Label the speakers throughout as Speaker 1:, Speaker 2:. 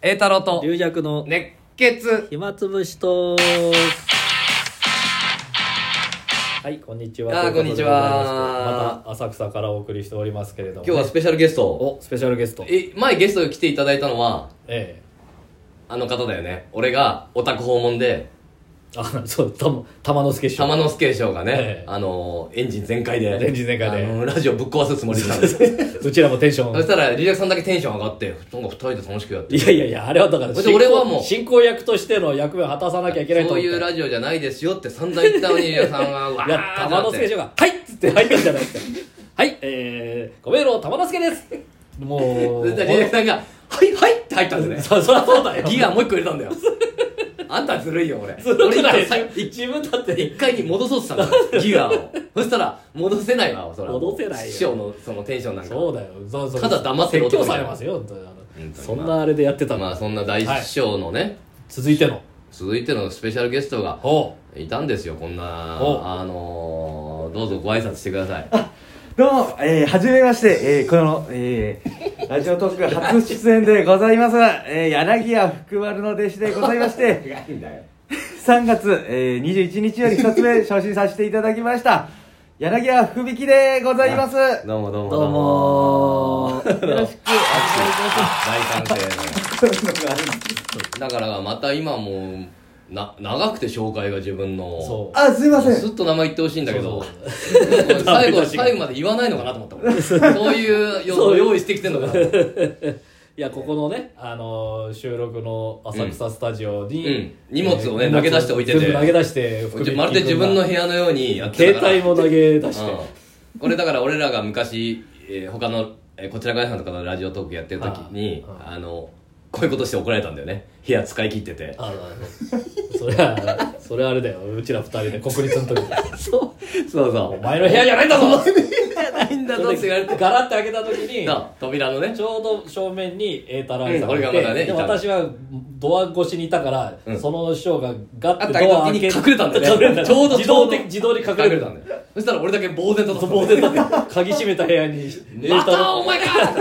Speaker 1: 栄太郎と
Speaker 2: 龍弱の
Speaker 1: 熱血
Speaker 2: 暇つぶしとはいこんにちは
Speaker 1: あー
Speaker 2: という
Speaker 1: こん
Speaker 2: と
Speaker 1: に
Speaker 2: で
Speaker 1: ち
Speaker 2: ございまして
Speaker 1: は
Speaker 2: また浅草からお送りしておりますけれども
Speaker 1: 今日はスペシャルゲスト
Speaker 2: おスペシャルゲストえ
Speaker 1: え前ゲストに来ていただいたのは
Speaker 2: え
Speaker 1: あの方だよね俺がオタク訪問で
Speaker 2: あそうたま玉之助師匠
Speaker 1: 玉之助師匠がね、
Speaker 2: ええ
Speaker 1: あのエンジン全開で
Speaker 2: エンジン全開で
Speaker 1: あのラジオぶっ壊すつもりなんです
Speaker 2: うちらもテンショ
Speaker 1: そ
Speaker 2: ン
Speaker 1: したらリラクさんだけテンション上がってなんか二人で楽しくやって
Speaker 2: いやいやいやあれはだから
Speaker 1: それで俺は
Speaker 2: 進行
Speaker 1: もう
Speaker 2: 進行役としての役目を果たさなきゃいけないと
Speaker 1: そう
Speaker 2: 思って
Speaker 1: いうラジオじゃないですよって散々言ったのにリラクさん がわ
Speaker 2: いや
Speaker 1: ーって
Speaker 2: 玉
Speaker 1: な
Speaker 2: 之
Speaker 1: っ
Speaker 2: 助師
Speaker 1: て
Speaker 2: 匠が「はい!」っつって入ってきたじゃな いですかはいえー、ごめんろ玉之助ですも
Speaker 1: そうしたらリラクさんが「はいはい」って入ったん ですね
Speaker 2: そそりゃそうだよ
Speaker 1: ギガもう一個入れたんだよあんたずるいよ俺
Speaker 2: ずるくない
Speaker 1: 俺一回さ
Speaker 2: 自分だって
Speaker 1: 一回に戻そうとしたんだからギガ をそしたら戻せないわそら
Speaker 2: 戻せないよ
Speaker 1: 師匠のそのテンションなんか
Speaker 2: そうだよそうそう
Speaker 1: ただ黙ってる
Speaker 2: 説
Speaker 1: 男
Speaker 2: 教
Speaker 1: みた
Speaker 2: さ
Speaker 1: い
Speaker 2: れ
Speaker 1: な
Speaker 2: ますよ本当にあ
Speaker 1: 当に
Speaker 2: のそんなあれでやってたの、
Speaker 1: まあそんな大師匠のね、
Speaker 2: 続いての
Speaker 1: 続いてのスペシャルゲストが
Speaker 2: ほ
Speaker 1: いたんですよこんな
Speaker 2: お
Speaker 1: あのー、どうぞご挨拶してくだ さい
Speaker 3: どうも、えー、はじめまして、えー、この、えー、ラジオトーク初出演でございます、えー、柳家福丸の弟子でございまして、
Speaker 1: いんだよ
Speaker 3: 3月、えー、21日より一つ目、昇進させていただきました、柳家福引きでございます。よ
Speaker 1: どうもどうも
Speaker 2: どうもー
Speaker 3: ろしく、
Speaker 1: 大賛成だからまた今もうな長くて紹介が自分の
Speaker 2: うそ
Speaker 3: あ、すいません。
Speaker 1: すっと名前言ってほしいんだけど
Speaker 2: そう
Speaker 1: 最後最後まで言わないのかなと思ったもんそういう予想用意してきてんのかな
Speaker 2: ういやここのね、あのー収録の浅草スタジオに、
Speaker 1: うん荷物をね投げ出しておいてて
Speaker 2: 全部投げ出して福引き君が
Speaker 1: まるで自分の部屋のようにやってたから
Speaker 2: 携帯も投げ出して、
Speaker 1: うん、これだから俺らが昔、えー他の、えーこちら側さんとかのラジオトークやってる時に
Speaker 2: あ
Speaker 1: あのこういうことして怒られたんだよね部屋使い切ってて
Speaker 2: あのそれはそれはあれだようちら二人で国立の時に
Speaker 1: そうそうそ
Speaker 2: お前の部屋じゃないんだぞ
Speaker 1: ないんだぞって言わ れて
Speaker 2: ガラッて開けた時に
Speaker 1: な扉のね
Speaker 2: ちょうど正面に栄太郎さんがいて、
Speaker 1: うん俺がまだねい
Speaker 2: で
Speaker 1: たんだ
Speaker 2: 私はドア越しにいたから、
Speaker 1: うん
Speaker 2: その師匠がガ
Speaker 1: あ
Speaker 2: ッ
Speaker 1: ってた
Speaker 2: ドア
Speaker 1: 時
Speaker 2: 開
Speaker 1: に
Speaker 2: け
Speaker 1: 隠れたんだ よ
Speaker 2: 隠れ
Speaker 1: ねちょうど
Speaker 2: 自動
Speaker 1: ちょう
Speaker 2: 的
Speaker 1: ど
Speaker 2: 自動に隠れ
Speaker 1: 隠
Speaker 2: る
Speaker 1: れたんだよそしたら俺だけ呆然と立
Speaker 2: 棒
Speaker 1: って
Speaker 2: で立って鍵閉めた部屋に栄
Speaker 1: ま
Speaker 2: 太
Speaker 1: た
Speaker 2: 郎
Speaker 1: お前か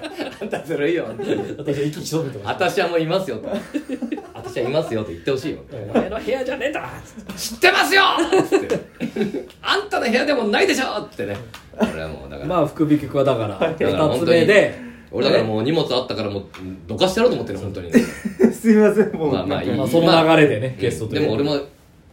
Speaker 1: あんたずるいよ あんた
Speaker 2: 私は息潜めてまし
Speaker 1: 私はもういますよと 私はいますよと言ってほしいよ
Speaker 2: たお前の部屋じゃねえんだ
Speaker 1: 知ってますよつってあんたの部屋でもないでしょってね俺はもうだから
Speaker 2: まあ福引君はだから
Speaker 1: だから
Speaker 2: 二つ目で
Speaker 1: 俺だからもう荷物あったからもうどかしてやろうと思ってる本当にね
Speaker 3: すいません、もう。
Speaker 1: まあまあいい
Speaker 2: まあその流れでね、
Speaker 1: うん
Speaker 2: ゲストとい
Speaker 1: で
Speaker 2: う
Speaker 1: も俺も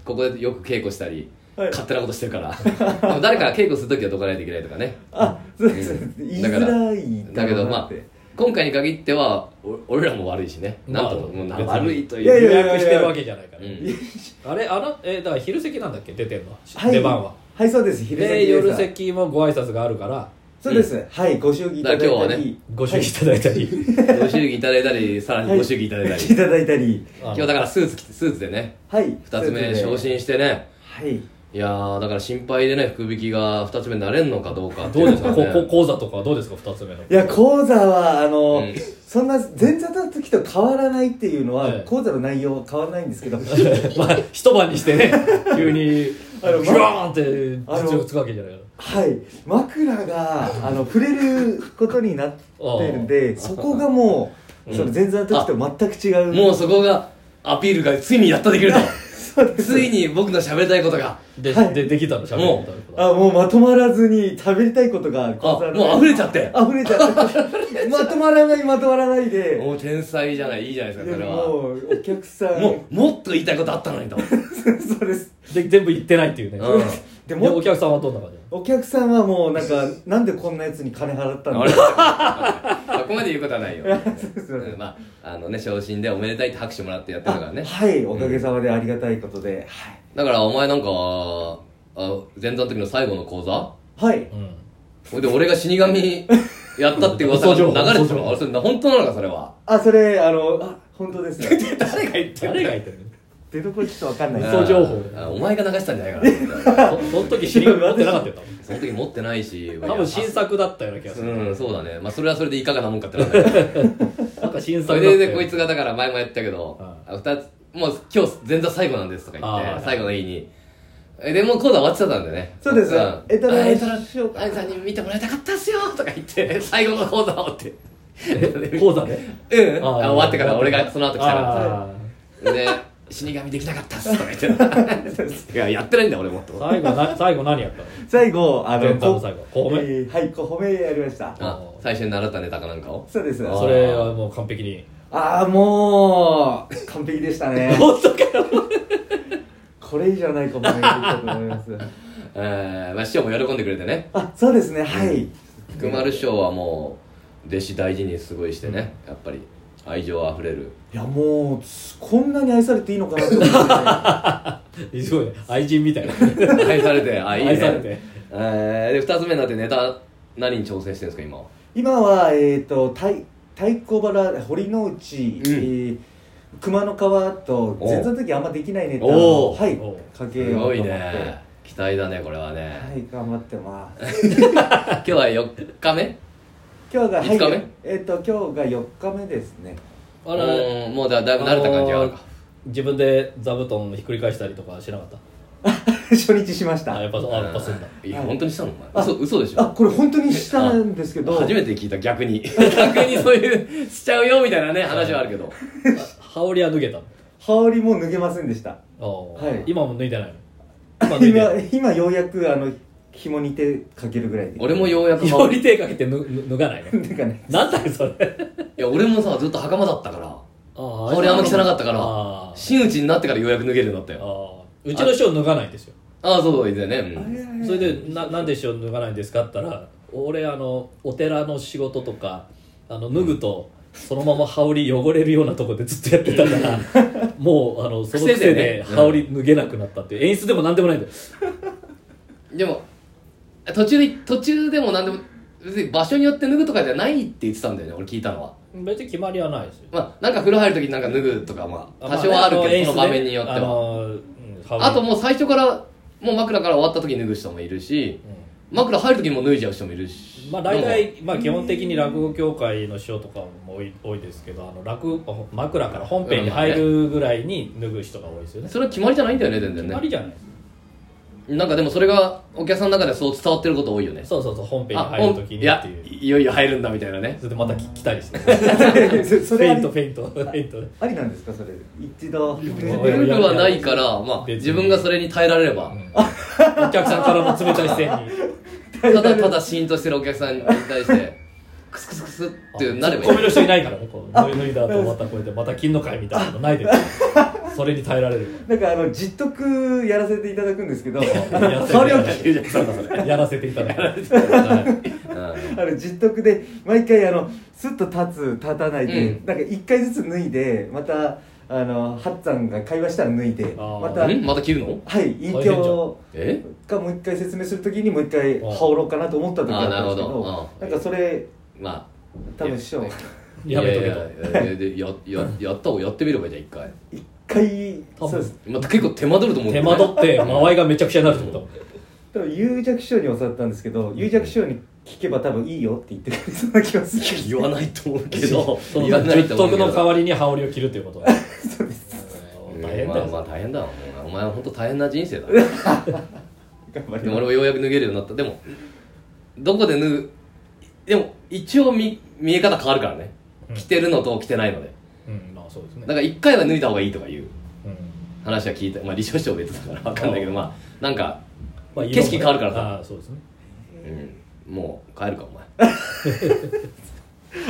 Speaker 1: ここでよく稽古したり
Speaker 3: はい
Speaker 1: 勝手なことしてるからでも誰かが稽古するときはどかないといけないとか ね
Speaker 3: あ、そうです。言い
Speaker 1: だから
Speaker 3: づらい
Speaker 1: だけどまあ
Speaker 3: い
Speaker 1: 今回に限ってはお俺らも悪いしね
Speaker 2: まあ
Speaker 1: なんとももうな
Speaker 2: 別に
Speaker 1: 悪いという
Speaker 3: いやい
Speaker 2: 予
Speaker 3: やいや
Speaker 2: 約してるわけじゃないから、
Speaker 1: うん
Speaker 2: あれあのえだから昼席なんだっけ出てんの、出番は。
Speaker 3: はい、そうです。昼
Speaker 2: で
Speaker 3: 席
Speaker 2: 夜
Speaker 3: す
Speaker 2: 席もご挨拶があるから
Speaker 3: そうです。はい、ご祝儀いただいたり。
Speaker 1: だから今日はね
Speaker 2: ご祝儀いただいたり、
Speaker 1: ご祝儀いただいたりさらにご祝儀いただいたり
Speaker 3: いただいたり。
Speaker 2: あの
Speaker 1: 今日だからスーツ着てスーツでね
Speaker 3: はい。
Speaker 1: 2つ目昇進してね
Speaker 3: はい。
Speaker 1: いやーだから心配でね福引きが2つ目になれんのかどうかって
Speaker 2: ど
Speaker 1: いうの
Speaker 2: です
Speaker 1: が
Speaker 2: か、
Speaker 1: ね
Speaker 2: ここ講座とかはどうですか2つ目の
Speaker 3: いや、講座は、あの、
Speaker 1: うん
Speaker 3: そんな前座の時と変わらないっていうのは、
Speaker 2: はい
Speaker 3: 講座の内容は変わらないんですけど、
Speaker 2: まあ一晩に してね急に
Speaker 3: あの
Speaker 2: ヒュワーンって実力つくわけじゃないか
Speaker 3: はい、枕が、あの、触れることになってるんで、そこがもう、その前座の時と全く違う。
Speaker 1: もうそこがアピールがついにやっとできるとついに僕の喋りたいことが
Speaker 2: で,、
Speaker 3: はい
Speaker 2: でできたのしゃべ
Speaker 1: もう
Speaker 3: あ、もうまとまらずに食べりたいことが講座
Speaker 1: あもう溢れちゃ
Speaker 3: っ
Speaker 1: って
Speaker 3: 溢れちゃって。 まとまらない、まとまらないで。
Speaker 1: もう天才じゃないいいじゃないですか
Speaker 3: で
Speaker 1: それ
Speaker 3: も
Speaker 1: は
Speaker 3: もう、お客さん、
Speaker 1: もうもっと言いたいことあったのにと、う
Speaker 3: そうです。
Speaker 2: で全部行ってないっていうね、
Speaker 1: ん、
Speaker 3: で
Speaker 2: で
Speaker 3: も
Speaker 2: お客さんはどんな感じ
Speaker 3: お客さんはもうなんかなんでこんなやつに金払ったん
Speaker 1: あ
Speaker 3: だ
Speaker 1: れそこまで言うことはないよ、
Speaker 3: すいません
Speaker 1: うんまああのね昇進でおめでたいって拍手もらってやってるからね
Speaker 3: はいおかげさまでありがたいことで、
Speaker 1: だからお前なんかあ前座の時の最後の講座
Speaker 3: はい、はい、
Speaker 2: なの、
Speaker 1: ほいで俺が死神やったって噂が流れてた
Speaker 2: 嘘情報
Speaker 1: のあれそれ本当なのかそれは
Speaker 3: あそれあのあ本当ですね
Speaker 1: 誰が言って
Speaker 2: 誰が言ってる
Speaker 3: 出どころちょっとわかんない
Speaker 2: 嘘情報
Speaker 1: あお前が流したんじゃないかな
Speaker 2: のそその時知り合い持ってなかった よ
Speaker 1: その時持ってないし
Speaker 2: 多分多分新作だったような気がする、
Speaker 1: うんそうだねまあそれはそれでいかがなもんかってなんだけど
Speaker 2: なんか新
Speaker 1: そ
Speaker 2: 作だった
Speaker 1: れ
Speaker 2: よ
Speaker 1: でこいつがだから前もやったけど
Speaker 2: う
Speaker 1: あ二つもう今日前座最後なんですとか言っ
Speaker 2: あー
Speaker 1: て最後の日にえでもう講座終わってたんだよね
Speaker 3: そうです
Speaker 1: ん
Speaker 3: えたら
Speaker 1: あえたら
Speaker 3: しようか
Speaker 1: あんさんに見てもらいたかったっすよとか言って最後の講座をって
Speaker 2: え講座で
Speaker 1: うん
Speaker 2: あー
Speaker 1: あ終わってから俺がその後来たから
Speaker 2: あ
Speaker 1: で死神できなかったっすとか言って いややってないんだ俺もっ
Speaker 2: ー
Speaker 1: と
Speaker 2: 最後な最後何やったの
Speaker 3: 最後、あの、
Speaker 2: 前回の最後
Speaker 3: こ
Speaker 2: 小褒め
Speaker 3: えーはい、小褒めやりました。
Speaker 1: あ最初に習ったネタかなんかを
Speaker 3: そうです。
Speaker 1: あー
Speaker 2: それはもう完璧 に
Speaker 3: ああ、もう、完璧でした ね。
Speaker 2: 本当か
Speaker 3: これ以上ない小褒めができたと思います。
Speaker 1: えーまあ師匠も喜んでくれてね
Speaker 3: あ、そうですね、はい。
Speaker 1: 福丸師匠はもう弟子大事にすごいしてねやっぱり愛情あふれる
Speaker 3: いや、もう、こんなに愛されていいのかなと思って。
Speaker 2: すごい愛人みたいな
Speaker 1: 愛されてあいいね
Speaker 2: 愛されて
Speaker 1: えーで2つ目になってネタ何に挑戦してるんですか今は
Speaker 3: 今は、えっ、ー、と、太太鼓腹、堀之
Speaker 1: う
Speaker 3: 内、
Speaker 1: ん
Speaker 3: えー熊の川と、
Speaker 1: お
Speaker 3: 前座の時あんまできないネタ
Speaker 1: お
Speaker 3: を、
Speaker 1: う
Speaker 3: はい
Speaker 2: おう、
Speaker 3: かけ
Speaker 1: す
Speaker 3: ようと思
Speaker 1: ご
Speaker 3: って。
Speaker 1: いね期待だねこれはね、
Speaker 3: はい、頑張ってます。
Speaker 1: 今日は4日目
Speaker 3: 今日が、
Speaker 1: 五日目
Speaker 3: はい、えっ、と今日が四日目ですね。
Speaker 2: あら
Speaker 1: うんもうだだいぶ慣れた感じがあるか
Speaker 2: 自分で座布団ひっくり返したりとかしなかっ
Speaker 3: 初日しましたた。
Speaker 2: あやっぱそうあやっぱすんだ
Speaker 1: いや
Speaker 3: はい
Speaker 1: 本当にしたのお
Speaker 3: あ
Speaker 1: 前嘘嘘でし
Speaker 3: あ、
Speaker 1: ょ
Speaker 3: これ本当にしたんですけど。
Speaker 1: 初めて聞いた逆に逆にそういうしちゃうよみたいなね話はあるけど
Speaker 2: 羽織は脱げた
Speaker 3: 羽織も脱げませんでした。
Speaker 2: のあー
Speaker 3: はい
Speaker 2: 今も脱いでないの今脱いで
Speaker 3: 今 今ようやくあの紐に手かけるぐらいで。
Speaker 1: 俺もようやく羽
Speaker 2: よ
Speaker 1: 織
Speaker 2: り
Speaker 1: い
Speaker 2: 手かけて脱脱脱がないの
Speaker 3: なんかね。
Speaker 2: なんだよそれ
Speaker 1: や俺もさずっと袴だったから
Speaker 2: 羽
Speaker 1: 羽織あんま着てなかったか
Speaker 2: あ
Speaker 1: ら
Speaker 2: ー
Speaker 1: 真打ちになってからようやく脱げるようになったよ
Speaker 2: あーうちの師匠脱がないんですよ
Speaker 1: ああそうそういいね、う
Speaker 3: あ
Speaker 1: ん、
Speaker 2: それで「ななんで師匠脱がないんですか?」って言ったら「俺あのお寺の仕事とかあの脱ぐと、そのまま羽織汚れるようなとこでずっとやってたから もうあのその
Speaker 1: 癖でね
Speaker 2: 癖で羽織脱げなくなったっていう演出でも何でもないんだよ
Speaker 1: でも途中で途中でも何でも別に場所によって脱ぐとかじゃないって言ってたんだよね俺聞いたのは
Speaker 2: 別に決まりはないですよ
Speaker 1: まあなんか風呂入る時になんか脱ぐとかまあ多少はある
Speaker 2: ま
Speaker 1: け
Speaker 2: ね
Speaker 1: どその場面によって
Speaker 2: あ
Speaker 1: は
Speaker 2: の演出ねあのうん羽織
Speaker 1: あともう最初からもう枕から終わった時に脱ぐ人もいるし枕入る時にも脱いじゃう人もいるし
Speaker 2: まあ大体、まあ、基本的に落語協会の師匠とかも多い多いですけどあの落語枕から本編に入るぐらいに脱ぐ人が多いですよね、
Speaker 1: それは決まりじゃないんだよね全然
Speaker 2: 決
Speaker 1: ね
Speaker 2: まりじゃないです
Speaker 1: なんかでもそれがお客さんの中ではそう伝わってること多いよね
Speaker 2: そうそうそう本編に
Speaker 1: あ
Speaker 2: 入
Speaker 1: ほ
Speaker 2: ると
Speaker 1: ん
Speaker 2: きに
Speaker 1: い
Speaker 2: っ
Speaker 1: や
Speaker 2: ていう
Speaker 1: いよいよ入るんだみたいなね
Speaker 2: それでまたき来たりして フ
Speaker 3: それ
Speaker 2: ェ
Speaker 3: あ
Speaker 2: イント
Speaker 3: り
Speaker 2: フェイントフェイント
Speaker 3: ありなんですかそれ。一度。
Speaker 2: や
Speaker 1: ルールはないから、まあ、
Speaker 2: 別に
Speaker 1: 自分がそれに耐えられれば、
Speaker 2: お客さんからの冷たい視線に
Speaker 1: ただただシーンとしてるお客さんに対して、クスクスクスってなれば
Speaker 2: ツッコ
Speaker 1: い
Speaker 2: ミ
Speaker 1: い。
Speaker 2: の人いないからねこうノリノリだとまたこうやってまた金の会みたいなのないですそれに耐えら れる
Speaker 3: なんかあの実得やらせていただくんですけど、あ
Speaker 2: や
Speaker 3: の それを聞
Speaker 1: 聞くじゃんそ
Speaker 2: やらせていただいて
Speaker 1: うん
Speaker 3: あの実得で毎回あのスッと立つ立たないで、
Speaker 1: うん
Speaker 3: なんか一回ずつ脱いでまたあのハッツァンが会話したら脱いで
Speaker 2: あー
Speaker 3: または
Speaker 1: う
Speaker 3: い
Speaker 1: んまた切るの
Speaker 3: 隠居
Speaker 1: え
Speaker 3: がもう一回説明するときにもう一回
Speaker 2: あー
Speaker 3: 羽織ろうかなと思った時だったんですけ
Speaker 1: あーなるほど
Speaker 3: ど
Speaker 1: あー
Speaker 3: なんかそれ
Speaker 1: ま
Speaker 3: 多分師匠
Speaker 1: あ、
Speaker 2: やめとけ
Speaker 1: い
Speaker 2: と
Speaker 1: やいやいやでやややった方やってみればいいじゃん、一回。
Speaker 3: 一回
Speaker 2: 多分
Speaker 3: そうです
Speaker 1: また結構手間取ると思うけ
Speaker 2: 手
Speaker 1: どね
Speaker 2: 間取って間合いがめちゃくちゃになるってこと
Speaker 3: 多分有弱師匠に教わったんですけど有弱師匠に聞けば多分いいよって言ってくれそうな気がするんです
Speaker 1: 言わないと思うけど、
Speaker 2: その
Speaker 1: 言わないと
Speaker 2: 十
Speaker 1: 思うけ
Speaker 2: 徳の代
Speaker 1: ど。
Speaker 2: わりに羽織を着るという こと
Speaker 3: そうです
Speaker 1: うん
Speaker 2: 大変だよ、
Speaker 1: まあまあ大変だわお前お前は本当大変な人生だね
Speaker 3: 頑張り
Speaker 1: で
Speaker 3: ま
Speaker 1: も俺もようやく脱げるようになったでもどこで脱ぐでも一応見見え方変わるからね
Speaker 2: うん
Speaker 1: 着てるのと着てないので
Speaker 2: うんまあそうですね
Speaker 1: だから一回は脱いだ方がいいとかいう
Speaker 2: うん
Speaker 1: 話は聞いたまあ理想上別だから分かんないけどまあなんか、
Speaker 2: まあ
Speaker 1: 景色変わるからさ、
Speaker 2: ああそうですね
Speaker 1: うん、もう帰るかお前
Speaker 3: す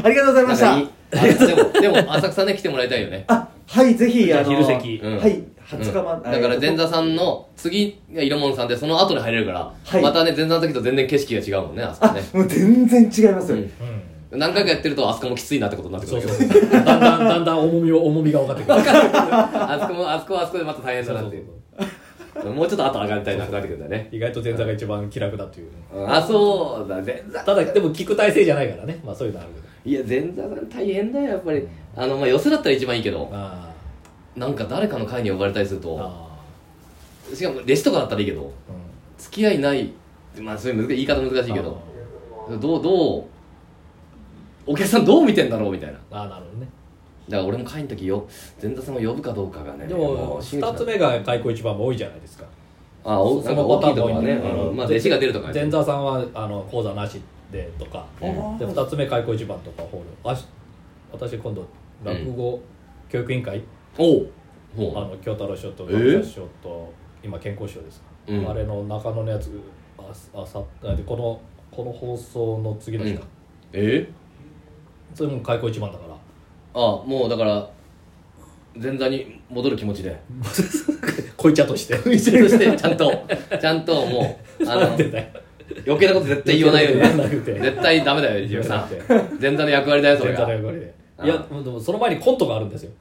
Speaker 3: ありがとうございまし
Speaker 1: な
Speaker 3: た
Speaker 1: んかいいあでもでも浅草ね来てもらいたいよね
Speaker 3: あはいぜひあの
Speaker 2: 昼席
Speaker 1: うん
Speaker 3: はい20日ま
Speaker 1: うんだから前
Speaker 3: 座
Speaker 1: 座さんの次が色物さんでその後に入れるから、
Speaker 3: はい
Speaker 1: またね前座の時と全然景色が違うもんねあそこ
Speaker 3: あ
Speaker 1: ね、
Speaker 3: もう全然違いますよ、
Speaker 1: うん
Speaker 2: うん
Speaker 1: 何回かやってるとあそこもきついなってことになってく
Speaker 2: そ
Speaker 1: る
Speaker 2: う
Speaker 1: け
Speaker 2: そ
Speaker 1: ど
Speaker 2: うそうだんだんだんだん重みを重みが分かってくる
Speaker 1: あそこもあそこはあそこでまた大変だなっていうもうちょっと後上がりたいな上がってくるんだね
Speaker 2: 意外と前座が一番気楽だという
Speaker 1: あそうだ前座
Speaker 2: ただでも聞く体制じゃないからねまあそういうのあるけど
Speaker 1: いや前座さん大変だよやっぱりあのまあ寄せだったら一番いいけど
Speaker 2: あ
Speaker 1: なんか誰かの会に呼ばれたりする
Speaker 2: ー
Speaker 1: と
Speaker 2: あ
Speaker 1: しかも弟子とかだったらいいけど
Speaker 2: ー、うん
Speaker 1: 付き合いないまあそういう難言い方難しいけどどうどうお客さんどう見てんだろうみたいな
Speaker 2: あーあーなるほどね
Speaker 1: だから俺も会の時よ前座さんを呼ぶかどうかがね
Speaker 2: で
Speaker 1: も
Speaker 2: も
Speaker 1: う
Speaker 2: 2つ目が開口一番も多いじゃないですか
Speaker 1: あおなんか大きいとかね、
Speaker 2: そのパターンも多
Speaker 1: うん
Speaker 2: で
Speaker 1: まあ弟子が出るとかね
Speaker 2: 前座さんはあの講座なしってとか
Speaker 1: う
Speaker 2: で
Speaker 1: ん
Speaker 2: 2つ目開口一番とかホールあし私今度落語教育委員会、
Speaker 1: おうほ
Speaker 2: あ
Speaker 1: う
Speaker 2: の京太郎賞と
Speaker 1: え
Speaker 2: 学者賞と今健康賞ですか、
Speaker 1: うん
Speaker 2: あれの中野のやつああさあでこのこの放送の次の日か、
Speaker 1: え
Speaker 2: それも開口一番だから
Speaker 1: あもうだから前座に戻る気持ちで
Speaker 2: こいちゃとして
Speaker 1: 一緒としてちゃんとちゃんともうあの
Speaker 2: なんてね
Speaker 1: 余計なこと絶対言わないよう
Speaker 2: 言わな
Speaker 1: に
Speaker 2: くて
Speaker 1: 絶対ダメだよジム さん前座の役割だよそれ
Speaker 2: 全体の
Speaker 1: が
Speaker 2: 役割で
Speaker 1: ああ
Speaker 2: いやでもその前にコントがあるんで すよ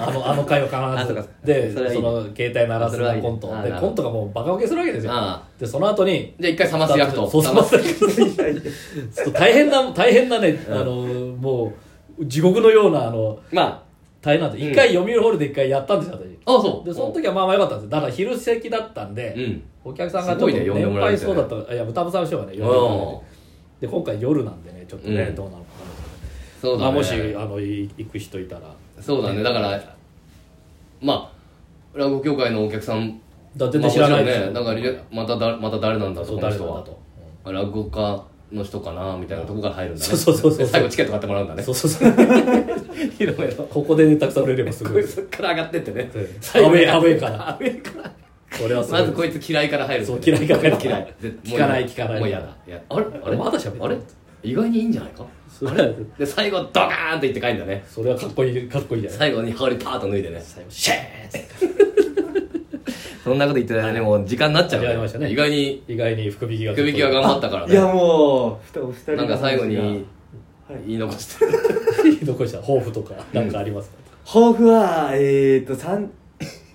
Speaker 2: あのあの回は
Speaker 1: あ
Speaker 2: 必
Speaker 1: そう
Speaker 2: ず
Speaker 1: か
Speaker 2: で
Speaker 1: そ
Speaker 2: そ
Speaker 1: れはいい
Speaker 2: の携帯鳴ら
Speaker 1: そ
Speaker 2: す
Speaker 1: れはいい
Speaker 2: コント
Speaker 1: ああ
Speaker 2: で
Speaker 1: なるほど
Speaker 2: コントがもうバカ受けするわけですよ
Speaker 1: あ
Speaker 2: でその後に
Speaker 1: じゃあ一回冷ます役と
Speaker 2: そう冷ます役ちょっと大変な大変なねあのもう地獄のようなあの
Speaker 1: ま
Speaker 2: 大変なんです
Speaker 1: うん
Speaker 2: 一回読売ホールで一回やったんですよ私
Speaker 1: ああそう
Speaker 2: でその時はまあまあ良かったんですだから昼席だったん
Speaker 1: う
Speaker 2: で
Speaker 1: ん
Speaker 2: お客さんがちょ
Speaker 1: すご
Speaker 2: っ
Speaker 1: いね
Speaker 2: と
Speaker 1: 呼んでも
Speaker 2: 年
Speaker 1: らえる
Speaker 2: 配
Speaker 1: ってね
Speaker 2: そうだったいや歌舞さんの人がね呼んでもらえ
Speaker 1: お
Speaker 2: てで今回夜なんでねちょっとね
Speaker 1: うん
Speaker 2: どうなのかなと
Speaker 1: そう
Speaker 2: ま
Speaker 1: だ
Speaker 2: あ、
Speaker 1: ね
Speaker 2: もしあのい行く人いたら
Speaker 1: そうだねだからまあ落語協会のお客さん
Speaker 2: だ全然知らないですよ、
Speaker 1: まあもちろんねだからまただまた誰なんだと
Speaker 2: そう
Speaker 1: この
Speaker 2: 誰なん
Speaker 1: 人
Speaker 2: だ
Speaker 1: は
Speaker 2: と、
Speaker 1: あ落語家の人かなみたいなとこから入るんだね
Speaker 2: そうそうそうそう
Speaker 1: で最後チケット買ってもらうんだね
Speaker 2: そうそうそう
Speaker 1: いろいろ
Speaker 2: ここでたくさん売れればすごいです
Speaker 1: そっから上がってってね
Speaker 2: うん
Speaker 1: 最後
Speaker 2: アウェーアウェーから
Speaker 1: アウェーから
Speaker 2: これはすごい
Speaker 1: ま
Speaker 2: です
Speaker 1: ずこいつ嫌いから入る
Speaker 2: そう嫌いから入る
Speaker 1: 嫌い絶
Speaker 2: 聞かない
Speaker 1: もう
Speaker 2: 聞かない
Speaker 1: もう嫌だやあれあれ
Speaker 2: まだ喋ってる
Speaker 1: あれ意外にいいんじゃないか
Speaker 2: それは
Speaker 1: で最後ドカーンって言って帰るんだね
Speaker 2: それはかっこいいかっこいいじゃない
Speaker 1: 最後に羽織パーッと脱いでね
Speaker 2: 最後シェー ン
Speaker 1: そんなこと言ってたらねもう時間になっちゃう
Speaker 2: 時間になりましたね
Speaker 1: 意外に
Speaker 2: 意外に福引きが
Speaker 1: 首引きは頑張ったから
Speaker 3: いや
Speaker 1: ね
Speaker 3: もうふたお二人の
Speaker 1: なんか最後
Speaker 3: 話
Speaker 1: に
Speaker 3: がはい
Speaker 1: 言い残して
Speaker 2: 残した抱負とかなんかありますか、
Speaker 3: 抱負はえっと 三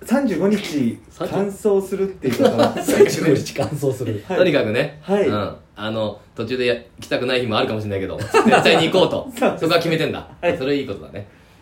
Speaker 3: 35日完走するっていうことなんです
Speaker 2: 35日乾燥する
Speaker 3: はい
Speaker 1: とにかくね、
Speaker 3: はい
Speaker 1: うん、あの 途中でや来たくない日もあるかもしれないけど絶対に行こうとそこは決めてんだ、それいいことだね